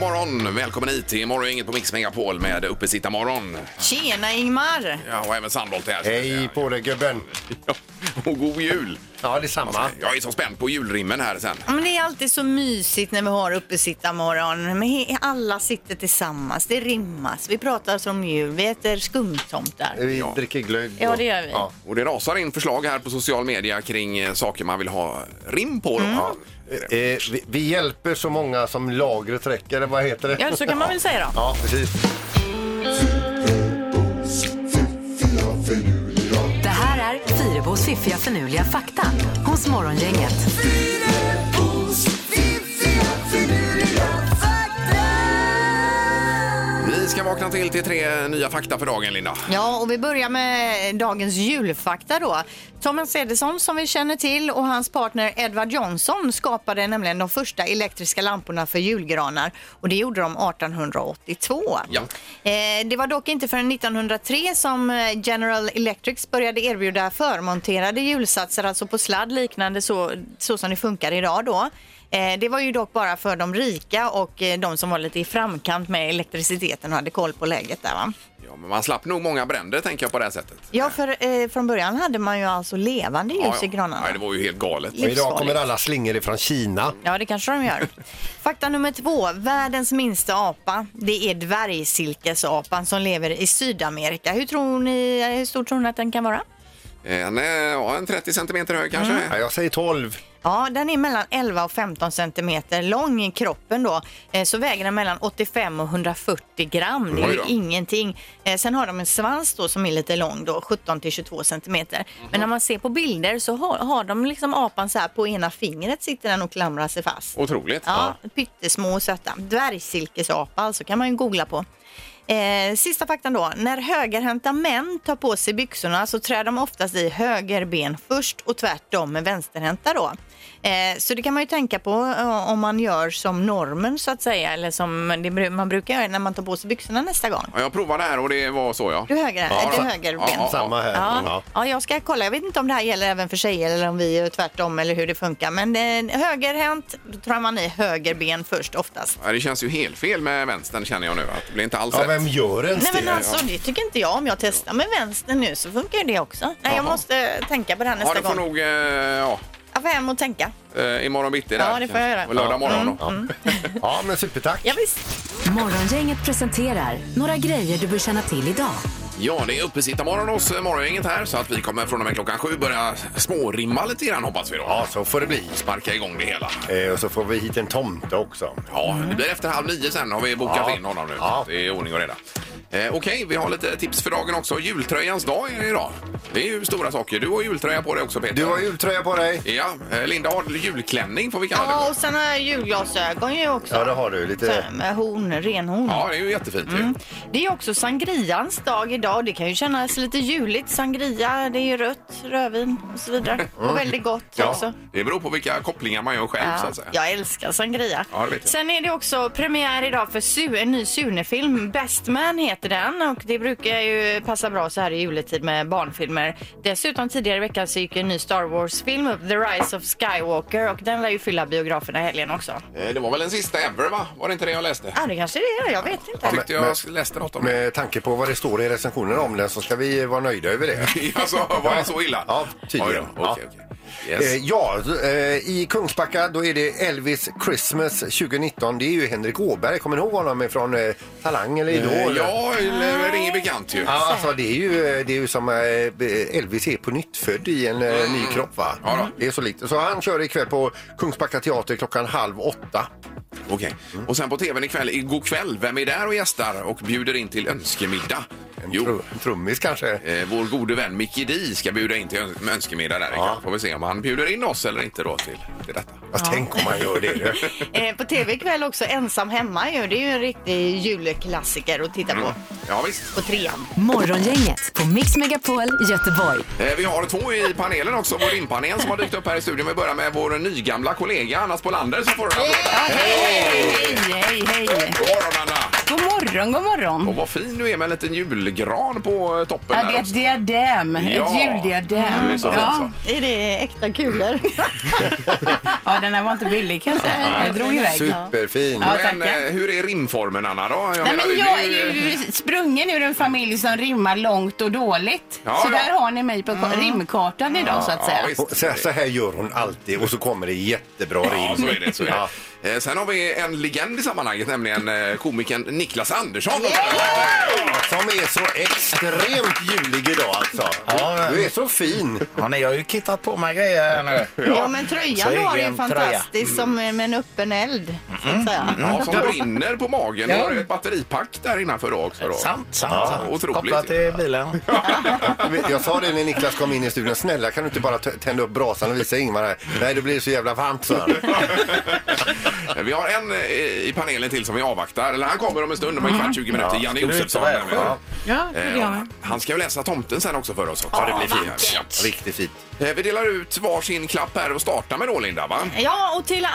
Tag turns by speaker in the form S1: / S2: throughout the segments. S1: morgon! Välkommen hit till Morgongänget på Mix Megapol med uppesittarmorgon.
S2: Tjena Ingmar!
S1: Ja, och även Sandholt här. så att
S3: Hej
S1: säga.
S3: på dig gubben!
S1: Ja, och god jul! Alltså,
S3: Ja, detsamma.
S1: Jag är så spänd på julrimmen här sen.
S2: Ja, Men det är alltid så mysigt när vi har uppesittarmorgon. Men he- alla sitter tillsammans, det rimmas. Vi pratar som djur, vi äter skumtomtar.
S3: Vi
S1: Ja.
S3: dricker glögg.
S2: Ja,
S3: och-
S2: det gör vi.
S3: Ja.
S1: Och det rasar in förslag här på social media kring eh, saker man vill ha rim på. Då.
S4: Mm.
S1: Ja.
S3: Eh, vi, vi hjälper så många som lagret räcker, eller vad heter det?
S4: Ja, så kan man väl säga då.
S3: Ja, precis.
S5: Det här är Fyrabos fiffiga förnuliga fakta hos Morgongänget.
S1: Vi ska vakna till till tre nya fakta för dagen, Linda.
S2: Ja, och vi börjar med dagens julfakta då. Thomas Edison som vi känner till och hans partner Edward Johnson skapade nämligen de första elektriska lamporna för julgranar och det gjorde de 1882.
S1: Ja.
S2: Eh, Det var dock inte förrän 1903 som eh, General Electric började erbjuda förmonterade julsatser, alltså på sladd liknande så, så som det funkar idag då. Eh, Det var ju dock bara för de rika och eh, de som var lite i framkant med elektriciteten och hade koll på läget där va.
S1: Ja, men man slapp nog många bränder, tänker jag, på det här sättet.
S2: Ja, för eh, från början hade man ju alltså levande ljus
S1: Ja, ja.
S2: i granarna.
S1: Nej, det var ju helt galet.
S3: Och
S2: Livsfarligt.
S3: idag kommer alla slingor ifrån Kina.
S2: Ja, det kanske de gör. Fakta nummer två. Världens minsta apa, det är dvärgsilkesapan som lever i Sydamerika. Hur, tror ni, hur stor tror ni att den kan vara?
S1: En, eh, ja, en 30 centimeter hög kanske.
S3: Mm. Ja, jag säger 12.
S2: Ja, den är mellan 11 och 15 centimeter lång i kroppen då. Eh, Så väger den mellan 85 och 140 gram. Det
S1: Oj då.
S2: är ingenting. Eh, Sen har de en svans då som är lite lång då, 17 till 22 centimeter.
S1: Mhm.
S2: Men när man ser på bilder så har, har de liksom apan så här på ena fingret sitter den och klamrar sig fast.
S1: Otroligt.
S2: Ja, pyttesmå och söta. Dvärgsilkesapa alltså, kan man ju googla på. Eh, sista faktan då. När högerhänta män tar på sig byxorna så trär de oftast i höger ben först och tvärtom med vänsterhänta då. Eh, så det kan man ju tänka på eh, om man gör som normen så att säga eller som det, bru- man brukar göra när man tar på sig byxorna nästa gång.
S1: Ja, jag provade här och det var så, ja.
S2: Du höger,
S3: Ja,
S2: ja,
S3: så-
S2: höger ben.
S1: Ja.
S3: Samma här.
S2: Ja. ja, jag ska kolla. Jag vet inte om det här gäller även för tjejer eller om vi är tvärtom eller hur det funkar. Men eh, högerhänt, då tror jag man i höger ben först oftast.
S1: Ja, Det känns ju helt fel med vänstern känner jag nu. Att det blir inte alls
S3: Ja,
S1: rätt.
S3: vem gör ens
S2: Nej men
S3: det?
S2: alltså det tycker inte jag. Om jag testar med vänster nu så funkar ju det också. Nej jag
S1: Jaha.
S2: måste tänka på det här
S1: Ja,
S2: nästa
S1: det får
S2: gång.
S1: nog... Eh, ja,
S2: Jag får hem och tänka.
S1: eh, imorgon bitti där.
S2: Ja, det får jag göra.
S1: Och lördag morgon då.
S3: Ja, men supertack.
S2: Ja, visst.
S5: Morgongänget presenterar några grejer du bör känna till idag.
S1: Ja, det är uppesittarmorgon hos eh, morgongänget här så att vi kommer från och med klockan sju börja smårimma lite grann hoppas vi då.
S3: Ja, så får det bli.
S1: Sparka igång det hela.
S3: Eh, och så får vi hit en tomte också.
S1: Ja, det blir efter halv nio sen har vi bokat
S3: Mm. Ja.
S1: in honom nu.
S3: Ja.
S1: Det är ordning och reda. Eh, Okej, vi har lite tips för dagen också. Jultröjans dag är det idag. Det är ju stora saker. Du har jultröja på dig också Peter.
S3: Du har jultröja på dig.
S1: Ja, eh, Linda har julklänning får vi kalla det
S2: Ja
S1: för.
S2: och sen har jag julglasögon ju också.
S3: Ja, det har du. Lite...
S2: Så, Med horn, renhorn.
S1: Ja, det är ju jättefint
S2: Mm.
S1: ju.
S2: Det är också sangrians dag idag. Det kan ju kännas lite juligt. Sangria, det är ju rött, rödvin och så vidare.
S1: Mm.
S2: Och väldigt gott också.
S1: Det beror på vilka kopplingar man gör själv så
S2: Ja,
S1: att säga.
S2: jag älskar sangria.
S1: Ja, det vet jag.
S2: Sen är det också premiär idag för Su, en ny Sune-film. Best Man heter den och det brukar ju passa bra så här i juletid med barnfilmer. Dessutom tidigare i veckan så gick en ny Star Wars-film upp, The Rise of Skywalker och den lär ju fylla biograferna i helgen också.
S1: Eh, Det var väl den sista ever va? Var det inte det jag läste?
S2: Ja, det kanske det är. Jag vet inte.
S1: Tyckte jag läste något om det.
S3: Med tanke på vad det står i recensionen om den så ska vi eh, vara nöjda över det.
S1: Alltså, var det så illa?
S3: Ja, tydligen.
S1: Oj då, Okej, okej.
S3: Eh,
S1: Yes.
S3: Ja, eh, i Kungsbacka då är det Elvis Christmas 2019. Det är ju Henrik Åberg. Kommer ni ihåg honom från eh, Talang eller Idol?
S1: Eh, Ja, det ringer bekant ju.
S3: Ja, alltså det är ju, eh, det är ju som eh, Elvis är på nytt född i en eh, ny kropp va?
S1: Mm. Ja då.
S3: Det är så likt. Så han kör ikväll på Kungsbacka teater klockan halv åtta.
S1: Okej.
S3: Mm.
S1: Och sen på tvn ikväll, igår kväll, vem är där och gästar och bjuder in till önskemiddag?
S3: En
S1: Jo,
S3: tru, trummis kanske.
S1: eh, vår gode vän Mickey D ska bjuda in till öns- önskemiddag där ikväll. Får vi se om han bjuder in oss eller inte då till, till detta.
S3: Ja. Tänk om man gör det. du.
S2: Eh, på tv ikväll också, Ensam hemma ju. Det är ju en riktig julklassiker att titta
S1: Mm.
S2: på.
S1: Ja, visst.
S2: På trean.
S5: Morgongänget på Mix Megapol Göteborg.
S1: Eh, Vi har två i panelen också, vår rimpanel som har dykt upp här i studion. Vi börjar med vår nygamla kollega Anna Spolander som får en applåd.
S2: Hej, hej, hej!
S1: God morgon Anna!
S4: God morgon, god morgon.
S1: Och vad fin du är med en liten julgran på eh, toppen.
S4: Ja,
S1: här
S4: det är
S1: också.
S4: ett diadem,
S1: Ja. Mm,
S4: ett juldiadem.
S1: Det är så fint,
S4: ja.
S1: så.
S2: Är det äkta kulor?
S4: ja, den här var inte billig kan jag säga. Jag drog iväg.
S3: Superfin.
S4: Ja,
S1: Men
S4: tackar.
S1: eh, hur är rimformen Anna då? Jag
S4: Nej,
S1: menar,
S4: men
S1: det
S4: jag är
S1: blir ju-
S4: ju sprungen ur en familj som rimmar långt och dåligt.
S1: Ja, ja.
S4: så
S1: Mm.
S4: där har ni mig på rimkartan idag så att säga.
S1: Ja, visst.
S3: Och Så, så här gör hon alltid och så kommer det jättebra
S1: Ja,
S3: rim.
S1: så är det. Så är det.
S3: Ja.
S1: Eh, Sen har vi en legend i sammanhanget, nämligen eh, komikern Niklas Andersson.
S3: Som är så extremt julig idag alltså.
S6: Ja, men-
S3: Du är så fin.
S6: Ja, ni har ju kittat på mig grejer här nu.
S2: Ja, men tröjan du har är
S6: Egen tröja.
S2: fantastisk som med en öppen eld. Så
S4: Mm.
S2: att säga.
S1: Mm. Ja, som brinner på magen. Du har ju ett batteripack där innanför då också. Då.
S6: Sant, sant,
S1: Ja,
S6: sant.
S1: otroligt.
S6: Kopplat till bilen.
S3: Jag sa det när Niklas kom in i studion. Snälla kan du inte bara t- tända upp brasan och visa Ingmar här? Nej, det blir så jävla varmt så.
S1: Vi har en eh, i panelen till som vi avvaktar. Eller han kommer om en stund, om
S6: Mm.
S1: en kvart, 20 minuter. Janne Josefsson.
S6: Ska du ut så här?
S4: Ja,
S1: Eh,
S4: det gör jag.
S1: han ska ju läsa tomten sen också för oss. Också.
S3: det blir fint.
S1: Ja.
S3: Riktigt fint.
S1: Eh, Vi delar ut varsin klapp här och startar med då Linda va?
S2: Ja, och till, äh,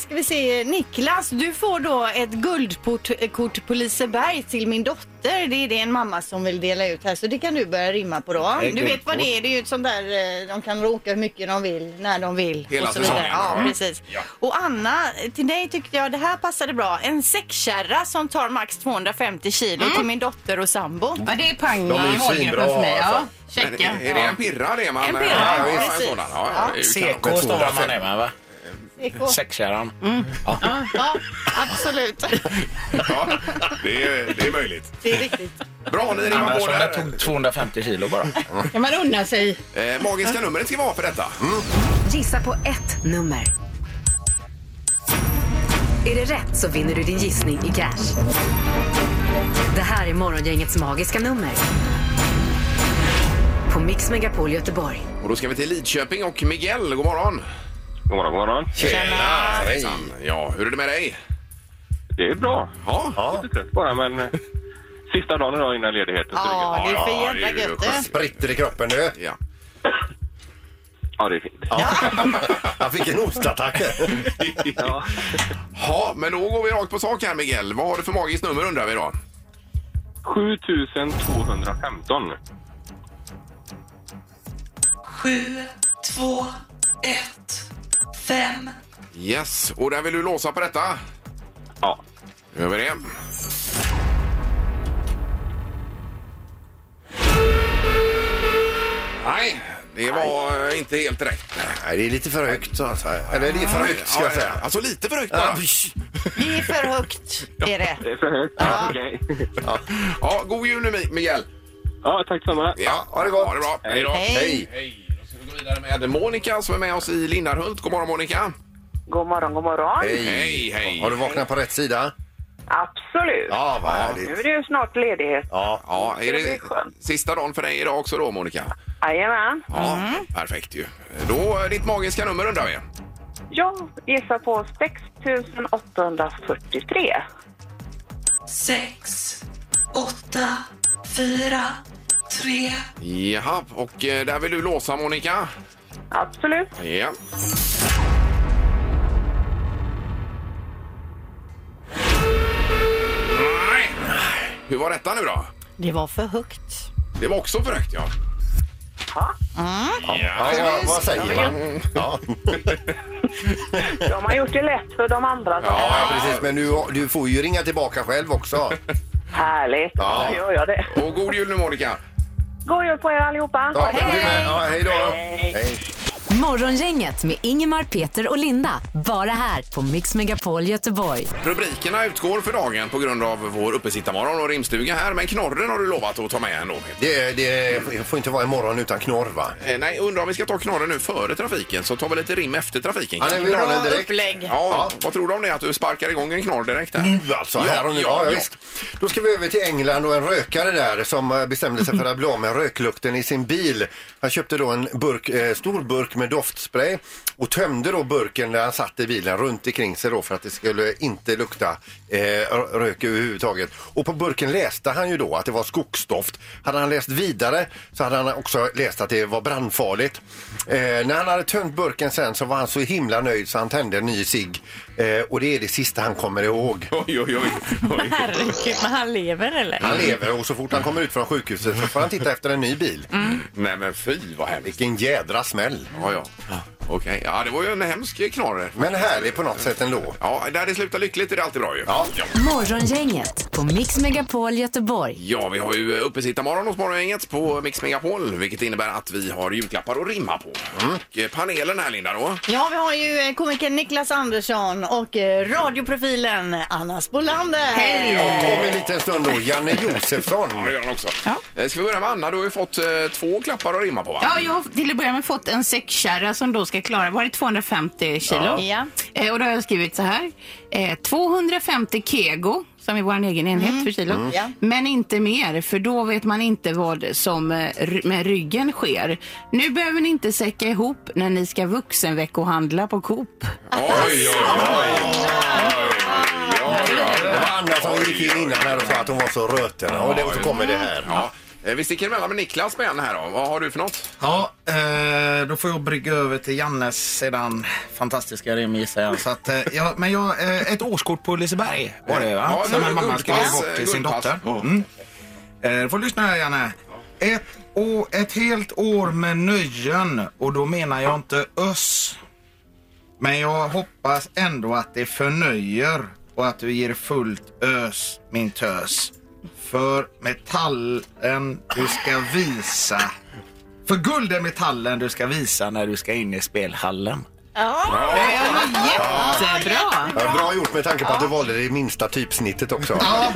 S2: ska vi se, Niklas, du får då ett guldkort på Liseberg till min dotter. Det är det en mamma som vill dela ut här, så det kan du börja rimma på då.
S6: Ett
S2: Du vet vad
S6: guldkort.
S2: det är, det är ju ett sånt där, eh, de kan råka hur mycket de vill, när de vill.
S1: Hela
S2: och så vidare.
S1: säsongen,
S2: Ja,
S1: va?
S2: precis.
S1: Ja.
S2: Och Anna, till dig tyckte jag det här passade bra. En sexkärra som tar max 250 kilo till min dotter och sambo.
S4: Mm. Ja, det är pang
S3: De är ju
S4: i hårdgruppen
S3: svinbra,
S4: för mig. Ja,
S3: alltså.
S1: Men
S4: checka.
S1: Är är det en pirra det man...
S2: En pirra,
S1: ja,
S2: ja,
S1: ja, en
S2: precis.
S1: sådan. Ja, ja, det är ju
S6: CK
S1: kanon.
S6: stavar man det med, va? Sexkärran.
S2: Mm. Ja, absolut.
S1: Ja, det, är, det är möjligt.
S2: Det är riktigt.
S1: Bra, ni rimmar
S6: Annars
S1: på
S6: om det
S1: där.
S6: tog 250 kilo bara.
S4: Kan man unna sig?
S1: Eh, magiska numret ska vara för detta.
S6: Mm.
S5: Gissa på ett nummer. Är det rätt så vinner du din gissning i cash. Det här är Morgongängets magiska nummer. På Mix Megapol Göteborg.
S1: Och då ska vi till Lidköping och Miguel. God morgon!
S7: God morgon, god morgon.
S3: Tjena! Hej.
S1: Hejsan. Ja, hur är det med dig?
S7: Det är bra.
S1: Ja,
S3: Ja,
S7: Lite trött bara, men eh, sista dagen idag innan ledigheten. så det är
S2: Ja,
S7: gött.
S2: det är för
S1: Ja, det är
S2: jävla
S1: ju
S2: gött det.
S3: spritter i kroppen nu.
S1: ja.
S7: ja, det är fint.
S3: Jag fick en ostattack.
S7: Ja.
S1: Ha, men då går vi rakt på sak här Miguel. Vad har du för magiskt nummer undrar vi då?
S7: 7215.
S8: två, ett, fem.
S1: Yes, och där vill du låsa på detta.
S7: Ja.
S1: Nu gör vi det. Nej, det var eh, inte helt rätt.
S3: Nej, det är lite för högt. så att säga. Eller det är för högt ska jag
S1: Ja,
S3: säga.
S1: Alltså lite för högt
S3: Ja,
S1: bara.
S2: Det är för högt, är det.
S7: Det är för högt. Ja. Okej.
S1: Ja, god jul nu Mi- Miguel.
S7: Ja, tack samma.
S1: Ja,
S3: ha det gott.
S1: Ha det bra. Hej då.
S2: Hej.
S3: Hej!
S1: Hej. Då ska vi gå vidare med Monica som är med oss i Lindarhult. God morgon Monica.
S9: God morgon, god morgon.
S1: Hej, hej.
S3: Har du vaknat på rätt sida?
S9: Absolut.
S3: Ja, vad
S9: Nu
S3: härligt.
S9: är det ju snart ledighet.
S3: Ja,
S1: Ja, är
S9: Det
S1: det
S9: blir skönt.
S1: sista dagen för dig idag också då Monica?
S9: Jajamän.
S1: Ja,
S2: Mm.
S1: perfekt ju. Då eh, ditt magiska nummer undrar vi.
S9: Jag gissar på 6843.
S8: Sex, åtta, fyra, tre.
S1: Jaha, och eh, där vill du låsa Monica?
S9: Absolut.
S1: Ja. Nej. Hur var detta nu då?
S2: Det var för högt.
S1: Det var också för högt ja.
S9: Ja,
S4: Mm.
S3: ja vad, vad säger man? Ja,
S9: de har gjort det lätt för de andra.
S1: Ja,
S3: ja, precis. Men du, du får ju ringa tillbaka själv också.
S9: Härligt.
S3: Ja.
S9: Då gör jag det.
S1: Och god jul nu Monica!
S9: God jul på er allihopa.
S3: Ja, du med. Ja, hej då!
S9: Hej.
S3: Hej.
S5: Morgongänget med Ingemar, Peter och Linda. Bara här på Mix Megapol Göteborg.
S1: Rubrikerna utgår för dagen på grund av vår uppesittarmorgon och rimstuga här, men knorren har du lovat att ta med ändå. Peter.
S3: Det, Eh, det får inte vara imorgon utan knorr, va?
S1: Eh, Nej, undrar om vi ska ta knorren nu före trafiken, så tar vi lite rim efter trafiken.
S3: Ja,
S1: kanske.
S3: nu vill ha den direkt.
S2: upplägg.
S1: Ja, vad tror du om det? Att du sparkar igång en knorr direkt här?
S3: Nu alltså, här och nu. Ja, visst. Då ska vi över till England och en rökare där som eh, bestämde sig för att bli av med röklukten i sin bil. Han köpte då en burk, eh, stor burk med doftspray och tömde då burken där han satt i bilen runt omkring sig då för att det skulle inte lukta eh, rö- rök överhuvudtaget. Och på burken läste han ju då att det var skogsdoft. Hade han läst vidare så hade han också läst att det var brandfarligt. Eh, när han hade tömt burken sen så var han så himla nöjd så han tände en ny cigg. Eh, och det är det sista han kommer ihåg.
S1: Oj, oj, oj. oj.
S2: Herregud, men han lever eller?
S3: Han lever och så fort han kommer ut från sjukhuset så får han titta efter en ny bil.
S1: Nej men fy vad hemskt.
S3: Vilken jädra smäll.
S1: Ja, ja. Okej, ja det var ju en hemsk knorr.
S3: Men härlig på något sätt ändå.
S1: Ja, där det slutar lyckligt är det alltid bra ju. Ja.
S5: Morgongänget på Mix Megapol Göteborg.
S1: Ja, vi har ju uppesittarmorgon hos Morgongänget på Mix Megapol, vilket innebär att vi har julklappar att rimma på.
S3: Mm.
S1: Och eh, panelen här, Linda, då?
S2: Ja, vi har ju eh, komikern Niklas Andersson och eh, radioprofilen Anna Spolander.
S3: Och om en liten stund då, Janne Josefsson.
S1: Ja, det gör den också.
S4: Ja.
S1: Eh, Ska vi börja med Anna? Du har ju fått eh, två klappar att rimma på, va?
S4: Ja, jag har till att börja med fått en säckkärra som då ska klara, var det 250 kilo?
S2: Ja.
S4: Eh, och då har jag skrivit så här. Eh, 250 kego, som är vår egen enhet för kilo.
S2: Mm. Ja.
S4: Men inte mer, för då vet man inte vad som eh, ry- med ryggen sker. Nu behöver ni inte säcka ihop när ni ska vuxenveckohandla på Coop.
S1: Oj, oj, oj!
S3: Det var Anna som gick in innan här och sa att hon var så röten. Och det, och så kommer det här.
S1: Ja. Eh, Vi sticker emellan med Niklas med en här då. Vad har du för något?
S6: Ja, eh, då får jag brygga över till Jannes sedan fantastiska rim gissar jag. Så att, eh, ja, men jag, eh, ett årskort på Liseberg var det va?
S1: Ja, det
S6: Som
S1: var
S6: en mamma
S1: guldpass,
S6: skulle ge bort till sin
S1: guldpass.
S6: dotter.
S1: Ja.
S6: Mm. Eh, får du lyssna här Janne. Ett, å, ett helt år med nöjen och då menar jag inte öss. Men jag hoppas ändå att det förnöjer och att du ger fullt ös min tös. För metallen du ska visa. För guld är metallen du ska visa när du ska in i spelhallen.
S4: Jättebra!
S3: Ja, bra gjort med tanke på att du valde det minsta typsnittet också.
S1: Ja,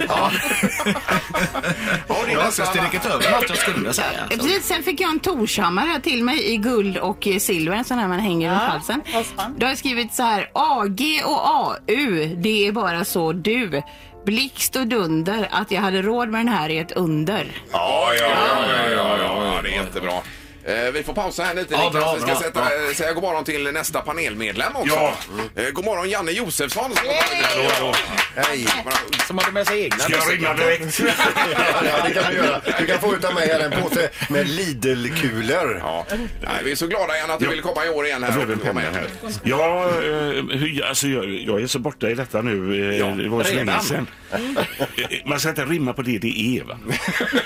S6: Jag har alltså strukit över allt jag skulle säga.
S4: Eh, Precis,
S2: Alltså.
S4: sen fick jag en Torshammar här till mig i guld och eh, silver, en sån här man hänger runt halsen.
S2: halsband.
S4: Då har jag skrivit så här, AG och AU, det är bara så du. Blixt och dunder, att jag hade råd med den här är ett under.
S1: Ja, ja, ja, ja, ja, ja, ja, det är jättebra. Eh, Vi får pausa här lite
S6: Ja,
S1: Niklas.
S6: bra,
S1: vi ska
S6: bra,
S1: sätta, eh,
S6: bra.
S1: säga god morgon till nästa panelmedlem också.
S6: Ja.
S1: Eh, God morgon Janne Josefsson. som har kommit här.
S3: Hej!
S6: Som hade med sig egna. Ska jag ringa direkt?
S3: Ja, det kan du göra. Du kan få ut av mig här en påse med Lidl-kulor.
S1: Ja. Nej, vi är så glada igen att du ville komma i år igen. Här. och komma igen.
S10: Ja, eh, hur, alltså jag, jag är så borta i detta nu. eh,
S1: Ja,
S10: det var ju så länge
S6: redan.
S10: sedan. Eh, Man ska inte rimma på det det är, va?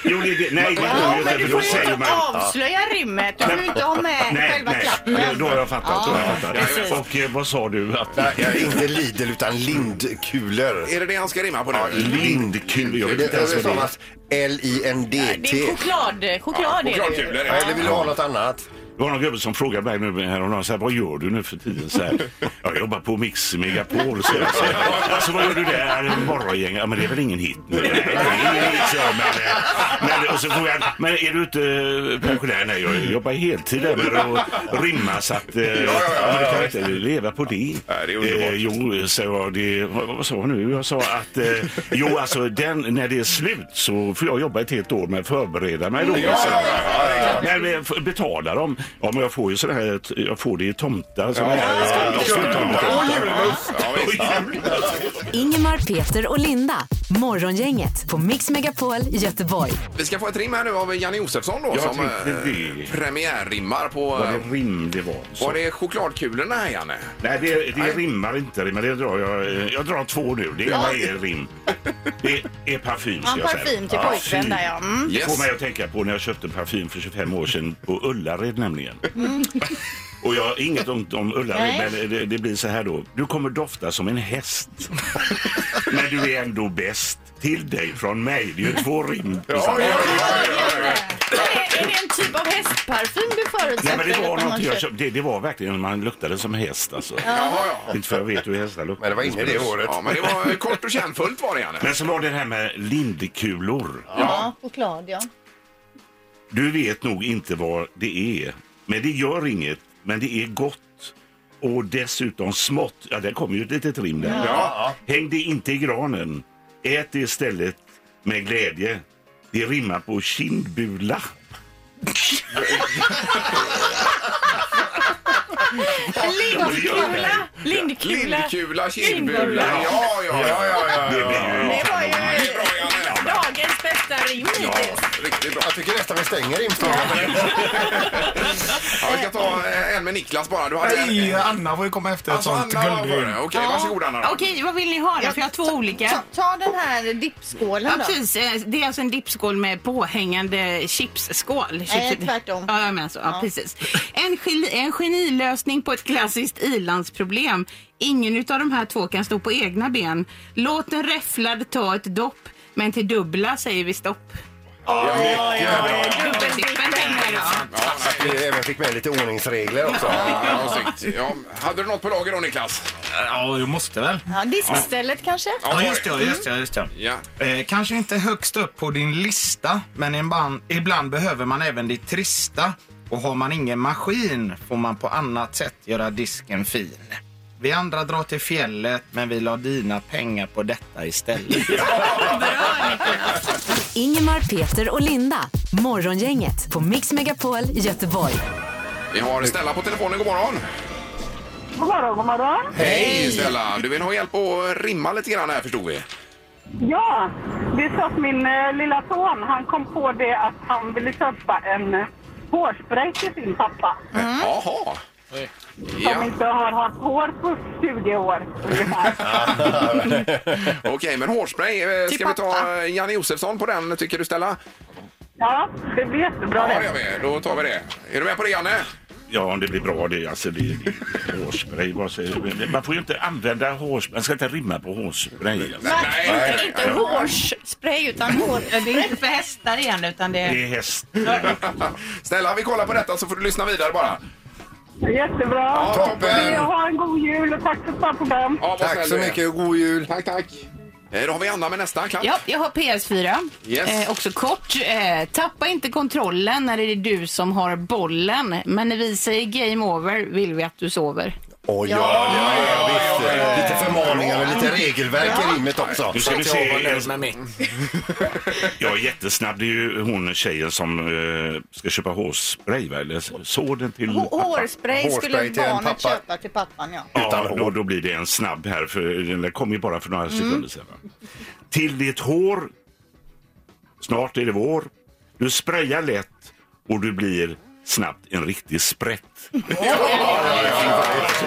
S10: Jo, det, är det, nej, det går
S2: Ja,
S10: ju inte.
S2: men
S10: för
S2: du
S10: då
S2: får
S10: säger
S2: ju inte avslöja rimmet. Du får ju inte ha med
S10: Nej,
S2: själva
S10: nej,
S2: klappen.
S10: då har jag fattat. Då har jag fattat.
S1: precis.
S10: Och eh, vad sa du? Att,
S3: Nej, jag är inte Lidl utan Lindkulor.
S1: Är det det han ska rimma på nu?
S10: Lindkul. Jag vet
S3: Det
S10: inte
S3: är
S10: ens vad det är.
S3: stavas L-I-N-D-T.
S2: Det är choklad. Choklad
S1: Ja,
S2: är det ju.
S1: chokladkulor är det.
S3: Eller vill du ha något annat?
S10: Det var någon gubbe som frågade mig nu häromdagen, så här, vad gör du nu för tiden? Så här, jag jobbar på Mix Megapol. Så jag, så här, alltså vad gör du där? Morgongäng? Ja men det är väl ingen hit nu? Nej, det är ingen hit, så, men, eh, men, och så frågade han, men är du inte eh, pensionär? Nej, jag jobbar heltid där med att rimma så att eh, men du kan inte leva på det.
S1: Nej, det är underbart.
S10: Eh, jo, så jag, det, vad vad sa jag nu? Jag sa att eh, jo, alltså den, när det är slut så får jag jobba ett helt år med att förbereda mig då. Så- Nej, men jag får betala dem. Ja, men jag får ju sådana här, jag får det i tomtar. Såna här, ja,
S1: Ja, julmust. Ja, visst.
S5: Ingemar, Peter och Linda. Morgongänget på Mix Megapol Göteborg.
S1: Vi ska få ett rim här nu av Janne Josefsson då,
S10: Jag
S1: som
S10: tänkte det.
S1: eh, premiärrimmar på... eh,
S10: Vad det rim det var. Så.
S1: Var det chokladkulorna här, Janne?
S10: Nej, det, det rimmar inte. Men det drar jag, eh, jag drar två nu. Det ena är rim. Det är parfym.
S2: Ja,
S10: ska jag säga.
S2: parfym till pojkvän där ja. Mm.
S10: Det får
S1: Yes.
S10: mig att tänka på när jag köpte parfym för 25 år sedan på Ullared nämligen. Och jag har inget ont om Ullared,
S2: Nej.
S10: men det, det blir så här då. Du kommer dofta som en häst. men du är ändå bäst. Till dig från mig. Det är ju två rim.
S1: Ja, ja, ja, ja, ja.
S2: Är, är det en typ av hästparfym du
S10: Nej,
S2: förutsätter?
S10: men det
S2: att
S10: var
S2: man har
S10: någonting jag
S2: köpt?
S10: köpte. Det, det var verkligen, man luktade som häst alltså.
S1: Jaha, ja.
S10: Inte för jag vet hur hästar luktar.
S3: Men det var inne det året.
S1: Ja, men det var kort och kärnfullt var det, Janne.
S10: Men så var det det här med lindkulor.
S2: Ja, choklad ja.
S10: Du vet nog inte vad det är, men det gör inget. Men det är gott och dessutom smått. Ja, där kom ju ett litet rim där.
S1: Ja.
S10: Häng det inte i granen. Ät det istället med glädje. Det rimmar på kindbula.
S2: Lindkula! Lindkula!
S1: Lindkula, kindbula. Ja, ja, ja, ja, ja.
S10: Det blir ju...
S2: Det var ju
S1: Det är bra, Janne.
S2: dagens bästa rim hittills.
S1: Riktigt bra.
S3: Jag tycker nästan vi stänger rimstaden.
S1: Ja, vi ska ta eh, en med Niklas bara. Du hade
S6: Nej,
S1: en...
S6: Anna får ju komma efter ett
S1: Alltså,
S6: sånt
S1: Anna var
S6: guldrim.
S1: före. Okej, varsågod Anna. då.
S4: Okej, vad vill ni ha då? För jag har två olika.
S2: Ta, ta den här dippskålen
S4: Ja,
S2: då.
S4: precis. Eh, Det är alltså en dippskål med påhängande chipsskål. Chips-
S2: tvärtom.
S4: Ja, jag menar så. Ja,
S2: Ja.
S4: precis. En, geni, en genilösning på ett klassiskt ilandsproblem. Ingen utav de här två kan stå på egna ben. Låt en räfflad ta ett dopp, men till dubbla säger vi stopp. Dubbeldippen hänger jag.
S1: Ja, nej.
S3: Vi även fick med lite ordningsregler också.
S1: Ja, snyggt. ja, hade du något på lager då Niklas?
S6: Ja, jag måste väl.
S2: Ja, diskstället kanske?
S6: Ja, just det, just det, just det.
S1: Mm. Ja.
S6: Eh, kanske inte högst upp på din lista, men ibland, ibland behöver man även det trista. Och har man ingen maskin får man på annat sätt göra disken fin. Vi andra drar till fjället, men vi la dina pengar på detta istället.
S5: Ingemar, Peter och Linda. Morgongänget på Mix Megapol Göteborg.
S1: Vi har Stella på telefonen. God morgon!
S9: God morgon, god morgon.
S1: Hej Stella! Du vill ha hjälp att rimma lite grann här förstod vi.
S9: Ja, det är så att min eh, lilla son, han kom på det att han ville köpa en eh, hårspray till sin pappa.
S1: Jaha.
S9: Som
S1: Ja.
S9: inte har haft hår på 20 år ungefär.
S1: Okej, men hårspray. eh,
S2: Till
S1: Ska vi ta
S2: pappa.
S1: eh, Janne Josefsson på den tycker du Stella?
S9: Ja, det blir
S1: Ja,
S9: jättebra
S1: det
S9: det.
S1: gör vi. Då tar vi det. Är du med på det Janne?
S10: Ja, om det blir bra det. Alltså, det, det hårspray. Vad säger du? Man får ju inte använda hårspray. Man ska inte rimma på hårspray. Alltså.
S1: Nej, nej, nej.
S2: Inte hårspray utan hår.
S4: Ja, Det är inte för hästar igen, utan det
S10: Det
S4: är...
S10: är häst.
S1: Stella, vi kollar på detta så får du lyssna vidare bara.
S9: Jättebra.
S1: Ja,
S3: toppen.
S9: Eh, Ha en god jul och tack för ett bra program.
S1: Ja, vad snäll
S3: Tack så
S1: du är.
S3: mycket och god jul.
S1: Tack, tack. Eh, Då har vi Anna med nästa klapp.
S4: Ja, jag har PS4.
S1: Yes.
S4: Eh, också kort. Eh, tappa inte kontrollen när det är du som har bollen. Men när vi säger game over vill vi att du sover.
S3: Oj, ja, det var jag visste. Lite förmaningar och lite regelverk i rimmet också.
S10: Nu ska vi se.
S6: med mitt.
S10: Jag är jättesnabb. Det är ju hon tjejen som eh, ska köpa hårspray. Va? Eller såg den till...
S2: Hår- Hårspray skulle
S3: Hårspray till en
S2: barnet
S3: pappa.
S2: köpa till pappan, ja.
S10: Ja,
S3: Utan
S10: då,
S3: hår.
S10: då blir det en snabb här, för den kom ju bara för
S2: Mm.
S10: några sekunder sedan. va? Till ditt hår, snart är det vår. Du sprayar lätt och du blir snabbt en riktig sprätt. Ja, alltså,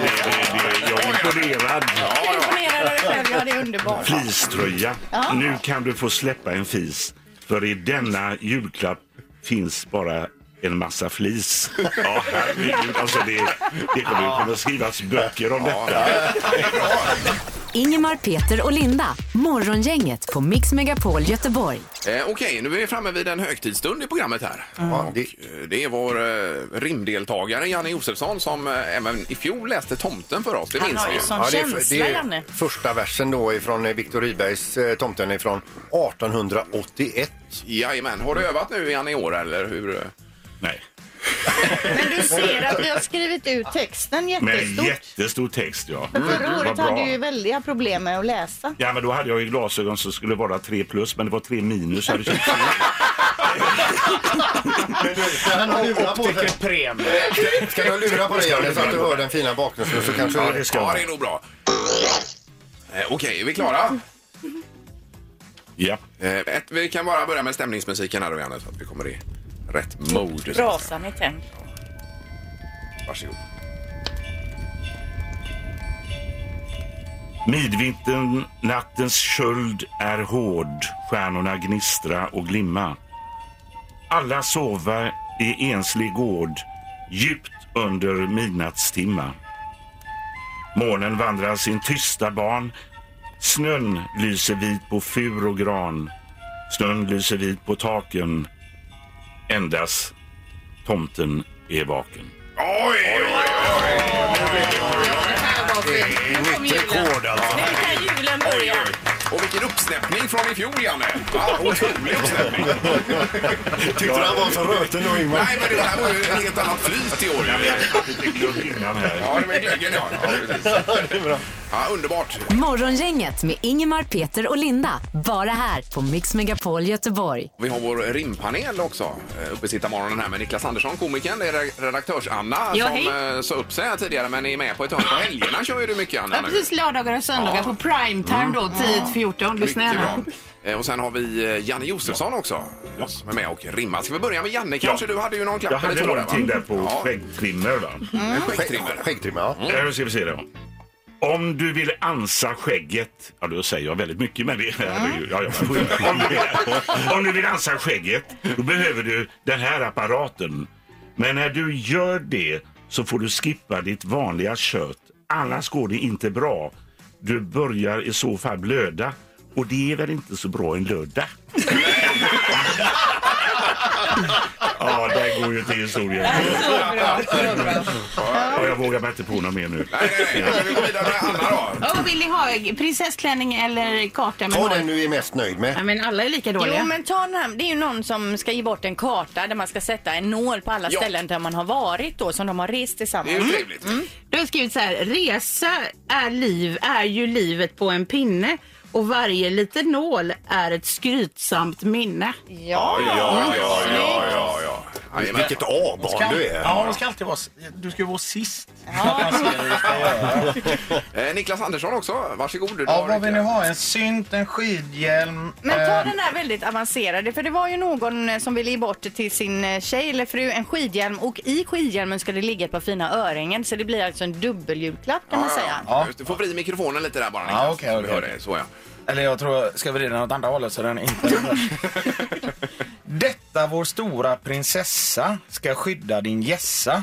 S10: det- det- det- Jag är imponerad.
S2: Jag är imponerad av dig själv, ja det är underbart.
S10: Fleecetröja. Nu kan du få släppa en fis, för i denna julklapp finns bara en massa flis. Ja, herregud, alltså det, det kommer ju kunna skrivas böcker om detta.
S5: Ingemar, Peter och Linda. Morgongänget på Mix Megapol Göteborg.
S1: Eh, Okej, nu är vi framme vid en högtidsstund i programmet här.
S3: Ja, det-
S1: Eh, Det är vår eh, rimdeltagare Janne Josefsson som eh, även i fjol läste Tomten för oss. Det minns vi ju.
S2: sån
S3: Ja, det, är, det är första versen då ifrån eh, Viktor Rydbergs eh, Tomten ifrån 1881.
S1: Jajamän. Har du övat nu Janne i år eller hur? eh?
S10: Nej.
S2: Men du ser att vi har skrivit ut texten
S10: Med
S2: jättestort.
S10: jättestor text, ja.
S2: Förra
S10: Vad
S2: året
S10: bra.
S2: hade du ju väldiga problem med att läsa.
S10: Ja, men då hade jag ju glasögon som skulle vara tre plus, men det var tre minus. Hade jag köpt.
S3: Han har lurat på sig.
S6: Premie.
S3: Ska du lura på dig Janne så att du hör den fina bakgrunden så kanske...
S10: Ja, det ska
S1: Ja,
S10: jag.
S1: det är nog bra. Eh, Okej, är vi klara?
S10: Ja.
S1: Eh, Ett, vi kan bara börja med stämningsmusiken här då Janne så att vi kommer i rätt mode. så att säga.
S2: Brasan i tänd.
S1: Varsågod.
S10: Midvintern, nattens köld är hård, stjärnorna gnistra och glimma. Alla sova i enslig gård, djupt under midnattstimma. Månen vandrar sin tysta ban, snön lyser vit på fur och gran. Snön lyser vit på taken, endast tomten är vaken.
S1: Oj, oj, oj!
S3: Rekord alltså.
S2: Nu kan julen börja.
S1: Och vilken uppsnäppning från i fjol Janne! Ja, otrolig uppsnäppning.
S3: Tyckte du han var så röten då Ingmar?
S1: Nej, men det här var ju ett helt annat flyt i år.
S10: Jag vet inte, glöm innan här.
S1: Ja, det var glöggen ja. ja precis. Ja, underbart.
S5: Morgongänget med Ingemar, Peter och Linda. Bara här på Mix Megapol Göteborg.
S1: Vi har vår rimpanel också eh, uppe i sittarmorgonen här med Niklas Andersson, komikern. Det är re- redaktörs-Anna
S4: Ja,
S1: som
S4: hej.
S1: eh, sa upp sig här tidigare men är med på ett hörn. På helgerna kör ju du mycket Anna
S4: Ja, precis. Lördagar och söndagar
S1: Ja.
S4: på primetime då,
S1: Mm.
S4: 10-14. Lyssna
S1: Mycket
S4: gärna.
S1: bra. Eh, Och sen har vi eh, Janne Josefsson också som är med och rimmar. Ska vi börja med Janne kanske? Du hade ju någon klapp
S10: Jag hade
S1: eller två där, va?
S10: någonting där på
S1: Ja.
S10: skäggtrimmer va?
S1: En skäggtrimmer.
S3: Skäggtrimmer, ja.
S10: Mm. Nu ska vi se det. Om du vill ansa skägget, ja då säger jag väldigt mycket men det herregud, ja, ja, men- om, du vill, om du vill ansa skägget, då behöver du den här apparaten. Men när du gör det så får du skippa ditt vanliga kött, annars går det inte bra. Du börjar i så fall blöda och det är väl inte så bra en lördag? Ja, där går ju till historien. Och jag vågar mig inte på något mer nu.
S4: Ja, vad vill ni ha? Prinsessklänning eller karta med
S3: Ta
S4: hål?
S3: den du är mest nöjd
S4: Ja,
S3: med.
S4: men alla är lika dåliga.
S11: Jo, men ta den här. Det är ju någon som ska ge bort en karta där man ska sätta en nål på alla
S4: Ja.
S11: ställen där man har varit då, som de har rest tillsammans.
S4: Mm. Du har skrivit så här, resa är liv, är ju livet på en pinne och varje liten nål är ett skrytsamt minne.
S11: Ja,
S3: ja,
S1: ja, ja, ja, ja. Jajamän.
S3: Vilket A-barn du är.
S6: Ja, du ska alltid vara, s- du ska ju vara sist.
S1: Eh, Niklas Andersson också, varsågod. Du
S6: Ja,
S1: har-
S6: vad vill ni ha? En synt, en skidhjälm?
S11: Men ta
S6: eh,
S11: den här väldigt avancerade, för det var ju någon eh, som ville ge bort till sin eh, tjej eller fru en skidhjälm och i skidhjälmen ska det ligga ett par fina öringen så det blir alltså en dubbelljudklapp kan man säga.
S1: Ja. Just, det. du får vrida mikrofonen lite där bara Niklas.
S6: Ja, Ah, okej,
S1: så vi
S6: okej.
S1: hör det. Så ja.
S6: Eller jag tror, ska vi vrida den åt andra hållet så den inte Detta vår stora prinsessa ska skydda din gässa.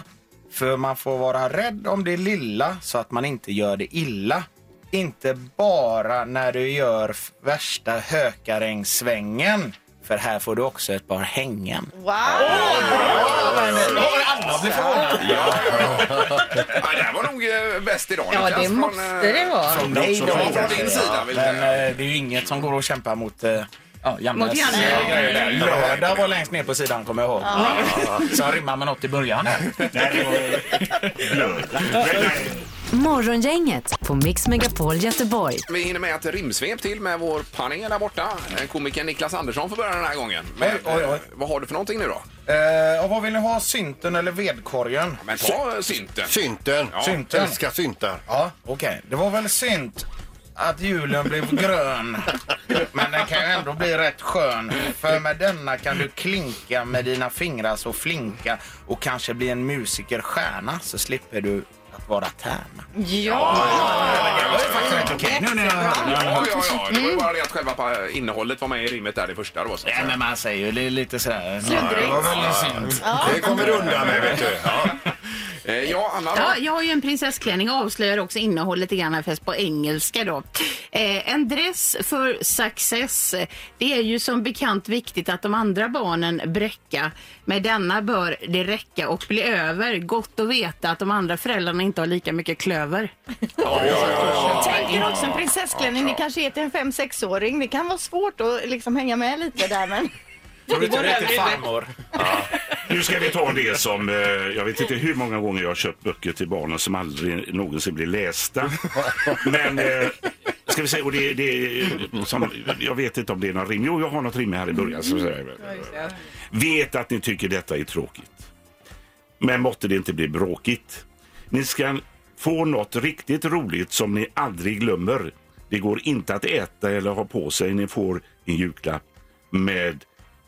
S6: För man får vara rädd om det lilla så att man inte gör det illa. Inte bara när du gör f- värsta hökarängssvängen. För här får du också ett par hängen.
S11: Wow!
S6: Anna blir förvånad.
S1: Ja, det här var nog eh, bäst idag
S6: Ja,
S1: Niklas,
S6: det
S1: från,
S6: måste
S1: eh,
S6: det vara.
S1: Från
S6: Nej,
S1: dig
S6: det
S1: då.
S6: var
S1: Ja, från
S6: det.
S1: din sida. Vill
S6: Men eh, det är ju inget som går att kämpa mot eh, ja, Jannes
S1: Mot Janne.
S6: eh, grejer där.
S1: Ja, ja, ja.
S6: Lördag var längst ner på sidan kommer jag ihåg.
S1: Ja.
S6: Så han rimmar med något i början.
S5: Morgongänget på Mix Megapol Göteborg.
S1: Vi hinner med ett rimsvep till med vår panel där borta. Eh, Komikern Niklas Andersson får börja den här gången. Men, eh, Vad har du för någonting nu då?
S6: Eh, och vad vill ni ha? Synten eller vedkorgen?
S1: Men ta eh, synten.
S3: Synten.
S1: Ja.
S6: Synten.
S3: Älskar syntar.
S6: Ja, okej. Det var väl synt att julen blev grön. Men den kan ju ändå bli rätt skön. För med denna kan du klinka med dina fingrar så flinka och kanske bli en musikerstjärna så slipper du att vara tärna. Okej, nu när jag hör den.
S1: Ja, ja, ja. Det var ju bara det att själva pa- innehållet var med i rimmet där, det första då. Så att
S6: Nej, men man säger ju det är lite sådär...
S1: Sluddrigt.
S6: Det var väldigt synd.
S3: Det kommer du undan med, vet du.
S1: säga. Eh, Ja, Anna då?
S4: Ja, jag har ju en prinsessklänning och avslöjar också innehållet lite grann fast på engelska då. Eh, en dress för success. Det är ju som bekant viktigt att de andra barnen bräcka. Med denna bör det räcka och bli över. Gott att veta att de andra föräldrarna inte har lika mycket klöver.
S11: Jag tänker också en prinsessklänning, det kanske är till en 5-6-åring. Det kan vara svårt att liksom hänga med lite där men...
S6: Tror du inte
S11: går
S6: det är
S11: över
S6: till
S11: i det.
S6: farmor?
S10: Nu ska vi ta det som, eh, jag vet inte hur många gånger jag har köpt böcker till barnen som aldrig någonsin blir lästa. Men, eh, ska vi säga, och det, det är som, jag vet inte om det är någon rim. Jo, jag har något rim här i början. Så, så, Vet att ni tycker detta är tråkigt. Men måtte det inte bli bråkigt. Ni ska få något riktigt roligt som ni aldrig glömmer. Det går inte att äta eller ha på sig. Ni får en julklapp med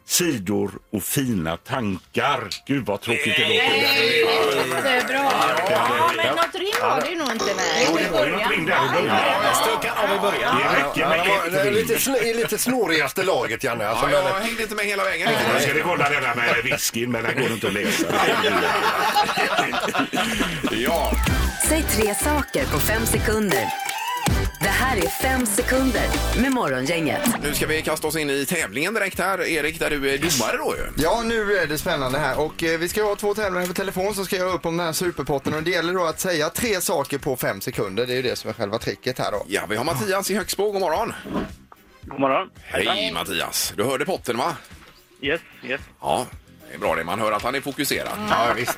S10: sidor och fina tankar. Gud vad tråkigt det låter.
S11: Jättebra! Ja, men något rim var det ju nog inte. Nej.
S10: Jo, det var ju något ring där i början.
S6: Stuckan av i början.
S10: Det räcker med
S3: Ja, det
S10: ett
S3: är
S10: rim.
S3: lite, sn- i lite snårigaste laget, Janne. Alltså,
S1: Ja, jag
S3: men-
S1: hängde inte med hela vägen.
S10: Jag skulle kolla den här med whiskyn men den går inte att läsa.
S1: Ja,
S5: Säg tre saker på fem sekunder. Det här är fem sekunder med Morgongänget.
S1: nu ska vi kasta oss in i tävlingen direkt här. Erik, där du är domare då ju.
S12: Ja, nu är det spännande här och eh, vi ska ha två tävlande på telefon som ska göra upp om den här superpotten och det gäller då att säga tre saker på fem sekunder. Det är ju det som är själva tricket här då.
S1: Ja, vi har Mattias i Högsbo. God morgon.
S7: God morgon.
S1: Hej Mattias. Du hörde potten va?
S7: Yes, yes.
S1: Ja, det är bra det. Man hör att han är fokuserad.
S3: Ja, visst.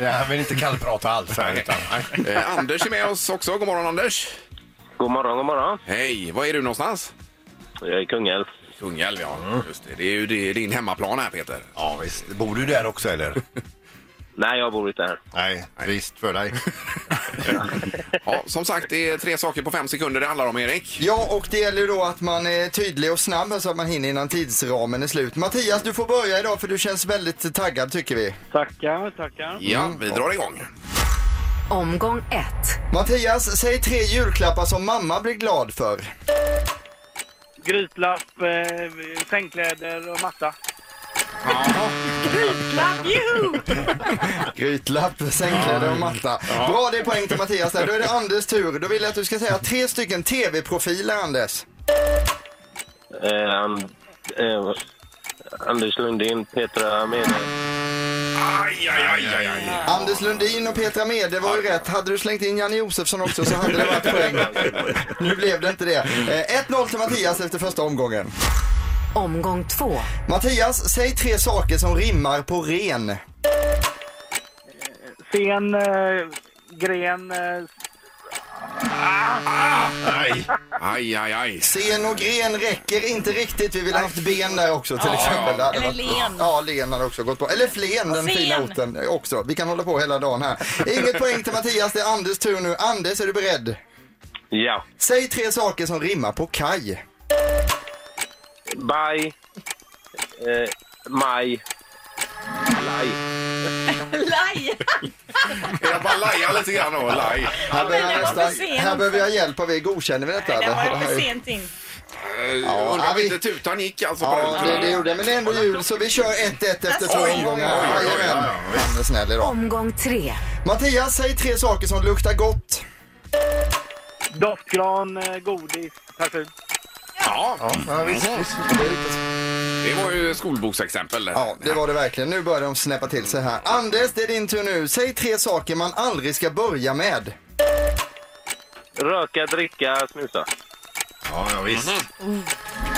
S3: Ja, Han vill inte kallprata alls här. Utan,
S1: Eh, Anders är med oss också. God morgon Anders.
S7: God morgon, god morgon.
S1: Hej, var är du någonstans?
S7: Jag är i Kungälv.
S1: Kungälv, ja. Just det. det är ju det- din hemmaplan här, Peter.
S3: Mm. Ja, visst. Bor du där också eller?
S7: Nej, jag bor inte här.
S3: Nej, trist för dig.
S1: ja, som sagt, det är tre saker på fem sekunder det handlar om, Erik.
S12: Ja, och det gäller ju då att man är tydlig och snabb så att man hinner innan tidsramen är slut. Mattias, du får börja idag för du känns väldigt taggad tycker vi.
S7: Tackar, tackar.
S1: Ja, vi drar igång.
S12: Omgång 1. Mattias, säg tre julklappar som mamma blir glad för.
S13: Grytlapp, eh, sängkläder och matta. Grytlapp, juhu!
S12: Grytlapp, sängkläder och matta. Bra, det är poäng till Mattias där. Då är det Anders tur. Då vill jag att du ska säga tre stycken tv-profiler, Anders.
S7: Eh, and, eh, Anders Lundin, Petra Mede.
S1: Aj, aj, aj, aj, aj.
S12: Anders Lundin och Petra Mede var ju rätt. Hade du slängt in Janne Josefsson också så hade det varit poäng. Nu blev det inte det. Eh, 1-0 till Mattias efter första omgången. Omgång två. Mattias, säg tre saker som rimmar på ren.
S13: Sen, eh, gren... Eh,
S1: Aj, aj, aj. aj.
S12: Sen och gren räcker inte riktigt. Vi vill ha haft ben där också till exempel. Det hade
S13: Eller
S12: varit-
S13: len.
S12: Ja, len hade också gått bra. Eller flen, den
S13: Fen.
S12: fina orten också. Vi kan hålla på hela dagen här. Inget poäng till Mattias, det är Anders tur nu. Anders, är du beredd?
S7: Ja.
S12: Säg tre saker som rimmar på kaj.
S7: Bye. Eh, maj. Laj.
S11: Laj!
S1: Jag bara lajar lite grann då. Laj.
S12: Här, behöver, jag
S11: den var för
S12: nästan,
S11: sen.
S12: här behöver jag hjälp av er. Godkänner vi detta?
S11: Det
S12: eller?
S11: var
S12: här
S11: för
S12: är-
S11: sent in.
S1: Ja, Eh, Undrar om inte tutan gick alltså på
S12: Ja,
S1: den.
S12: det, det gjorde jag. Men det är ändå jul, så vi kör 1-1 efter två
S1: Oj,
S12: omgångar.
S1: oj, oj, oj, oj.
S12: Jajamän. Fan, är snäll idag.
S5: Omgång tre.
S12: Mattias, säg tre saker som luktar gott.
S13: doftgran, eh, godis, parfym.
S1: Ja,
S12: ja visst,
S1: Det var ju skolboksexempel.
S12: Ja, det var det verkligen. Nu börjar de snäppa till sig här. Anders, det är din tur nu. Säg tre saker man aldrig ska börja med.
S7: Röka, dricka, snusa.
S3: Ja, ja visst.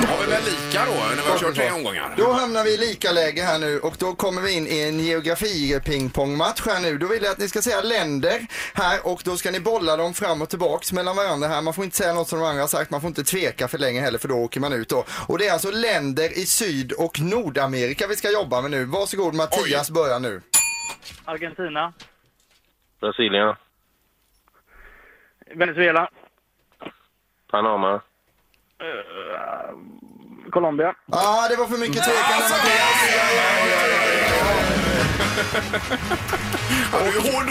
S1: Då har vi väl lika då, när vi har kört tre omgångar.
S12: Då hamnar vi i lika läge här nu och då kommer vi in i en geografi-pingpongmatch här nu. Då vill jag att ni ska säga länder här och då ska ni bolla dem fram och tillbaks mellan varandra här. Man får inte säga något som de andra har sagt, man får inte tveka för länge heller för då åker man ut då. Och det är alltså länder i Syd och Nordamerika vi ska jobba med nu. Varsågod Mattias, börja nu.
S13: Argentina,
S7: Brasilien.
S13: Venezuela,
S7: Panama.
S13: eh, Colombia.
S12: Ah, det var för mycket tvekan där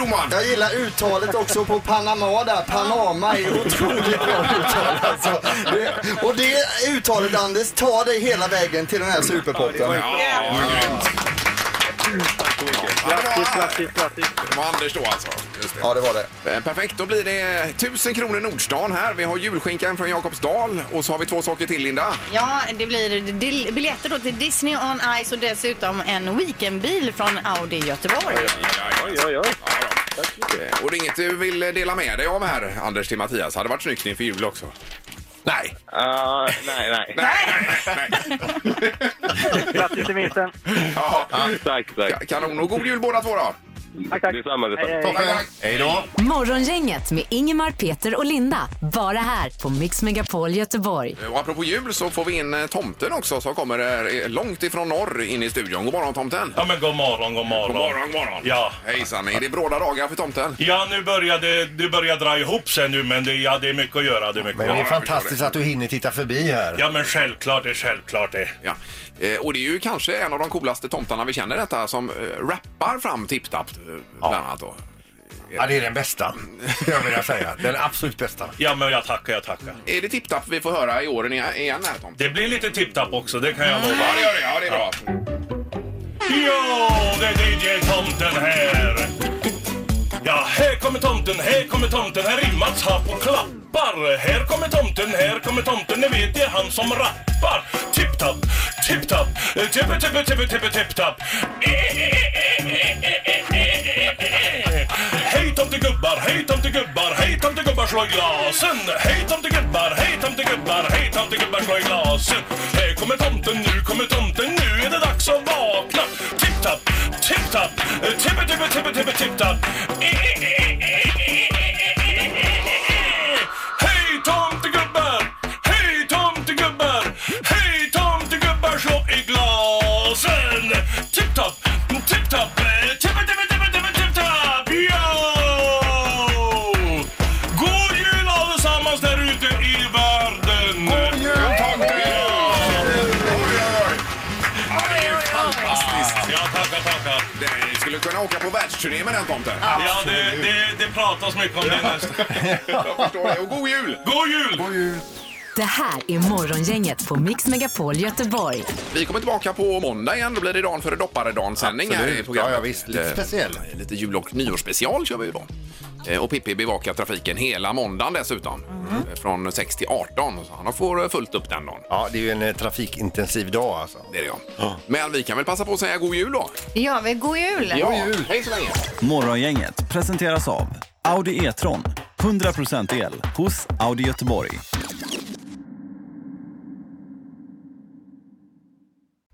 S1: Mattias.
S12: Jag gillar uttalet också på Panama där. Panama är otroligt bra uttal alltså. Det, och det uttalet Anders tar dig hela vägen till den här superpotten.
S1: Grattis, grattis, grattis. Det var Anders då alltså. Just det.
S12: Ja, det var det.
S1: Eh, Perfekt, då blir det 1000 kronor Nordstan här. Vi har julskinkan från Jakobsdal och så har vi två saker till Linda.
S2: Ja, det blir dil- biljetter då till Disney on Ice och dessutom en weekendbil från Audi Göteborg.
S1: Oj, oj, oj. Och det är inget du vill dela med dig av här, Anders till Mattias? Hade varit snyggt inför jul också. Nej.
S7: Ah, nej, nej.
S13: Grattis till vinsten.
S1: Ja.
S7: Ah, Tack, tack.
S1: Kanon och god jul båda två då.
S13: Tack, tack.
S7: Detsamma,
S13: Hej,
S7: detsamma.
S13: hej.
S1: Hej då.
S5: Morgongänget med Ingemar, Peter och Linda. Bara här på Mix Megapol Göteborg.
S1: Och apropå jul så får vi in eh, tomten också som kommer eh, långt ifrån norr in i studion. God morgon tomten!
S14: Ja men god morgon, god morgon.
S1: God morgon, god morgon.
S14: Ja.
S1: Hejsan, är det bråda dagar för tomten?
S14: Ja, nu börjar det, det börjar dra ihop sig nu men det, ja, det är mycket att göra. Det är mycket
S1: Men
S14: att
S1: det är
S14: göra.
S1: fantastiskt
S3: att du hinner titta förbi här.
S14: Ja men självklart, det är självklart det.
S1: Ja. Eh, och det är ju kanske en av de coolaste tomtarna vi känner detta som eh, rappar fram TipTap eh, bland annat då.
S3: Ja, det är den bästa, skulle jag vilja säga. Den absolut bästa.
S14: Ja men jag tackar, jag tackar.
S1: Är det TipTap vi får höra i åren igen igen här Tom?
S14: Det blir lite tipptapp också, det kan jag lova.
S1: Mm. Ja, det gör det. Ja, det är bra.
S14: Ja, det är DJ Tomten här. Ja, här kommer tomten, här kommer tomten, här rimmats här på klappar. Här kommer tomten, här kommer tomten, ni vet det är han som rappar. Tipp-tapp, tipp-tapp, tippe tippe tippe tippe tipp-tapp. Eh, Hej tomtegubbar, hej tomtegubbar, hej tomtegubbar slå i glasen. Hej tomtegubbar, hej tomtegubbar, hej tomtegubbar slå i glasen. Här kommer tomten, nu kommer tomten, nu är det dags att vakna. Tipp-tapp, tipp-tapp, tippe tippe tippe tippe tipp-tapp. Hej Tom eh,
S1: kunna åka på världsturné med den tomten.
S14: Ja, det, det, det pratas mycket om det nästa.
S1: Jag förstår det. Och god jul!
S14: God jul!
S1: God jul!
S5: Det här är Morgongänget på Mix Megapol Göteborg.
S1: Vi kommer tillbaka på måndag igen. Då blir det dagen före dopparedagen-sändning här i
S3: Absolut.
S1: programmet.
S3: Ja, ja, visst. Lite
S1: Eh,
S3: speciell.
S1: Lite jul och nyårsspecial kör vi ju då. Eh, Och Pippi bevakar trafiken hela måndagen dessutom.
S3: Mhm.
S1: Eh, Från 6 till 18. Så han får eh, fullt upp den dagen.
S3: Ja, det är ju en eh, trafikintensiv dag alltså.
S1: Det är det ja. Men vi kan väl passa på att säga god jul då?
S15: Det gör vi. God jul!
S1: Hej så länge!
S16: Morgongänget presenteras av Audi E-tron. 100% el hos Audi Göteborg.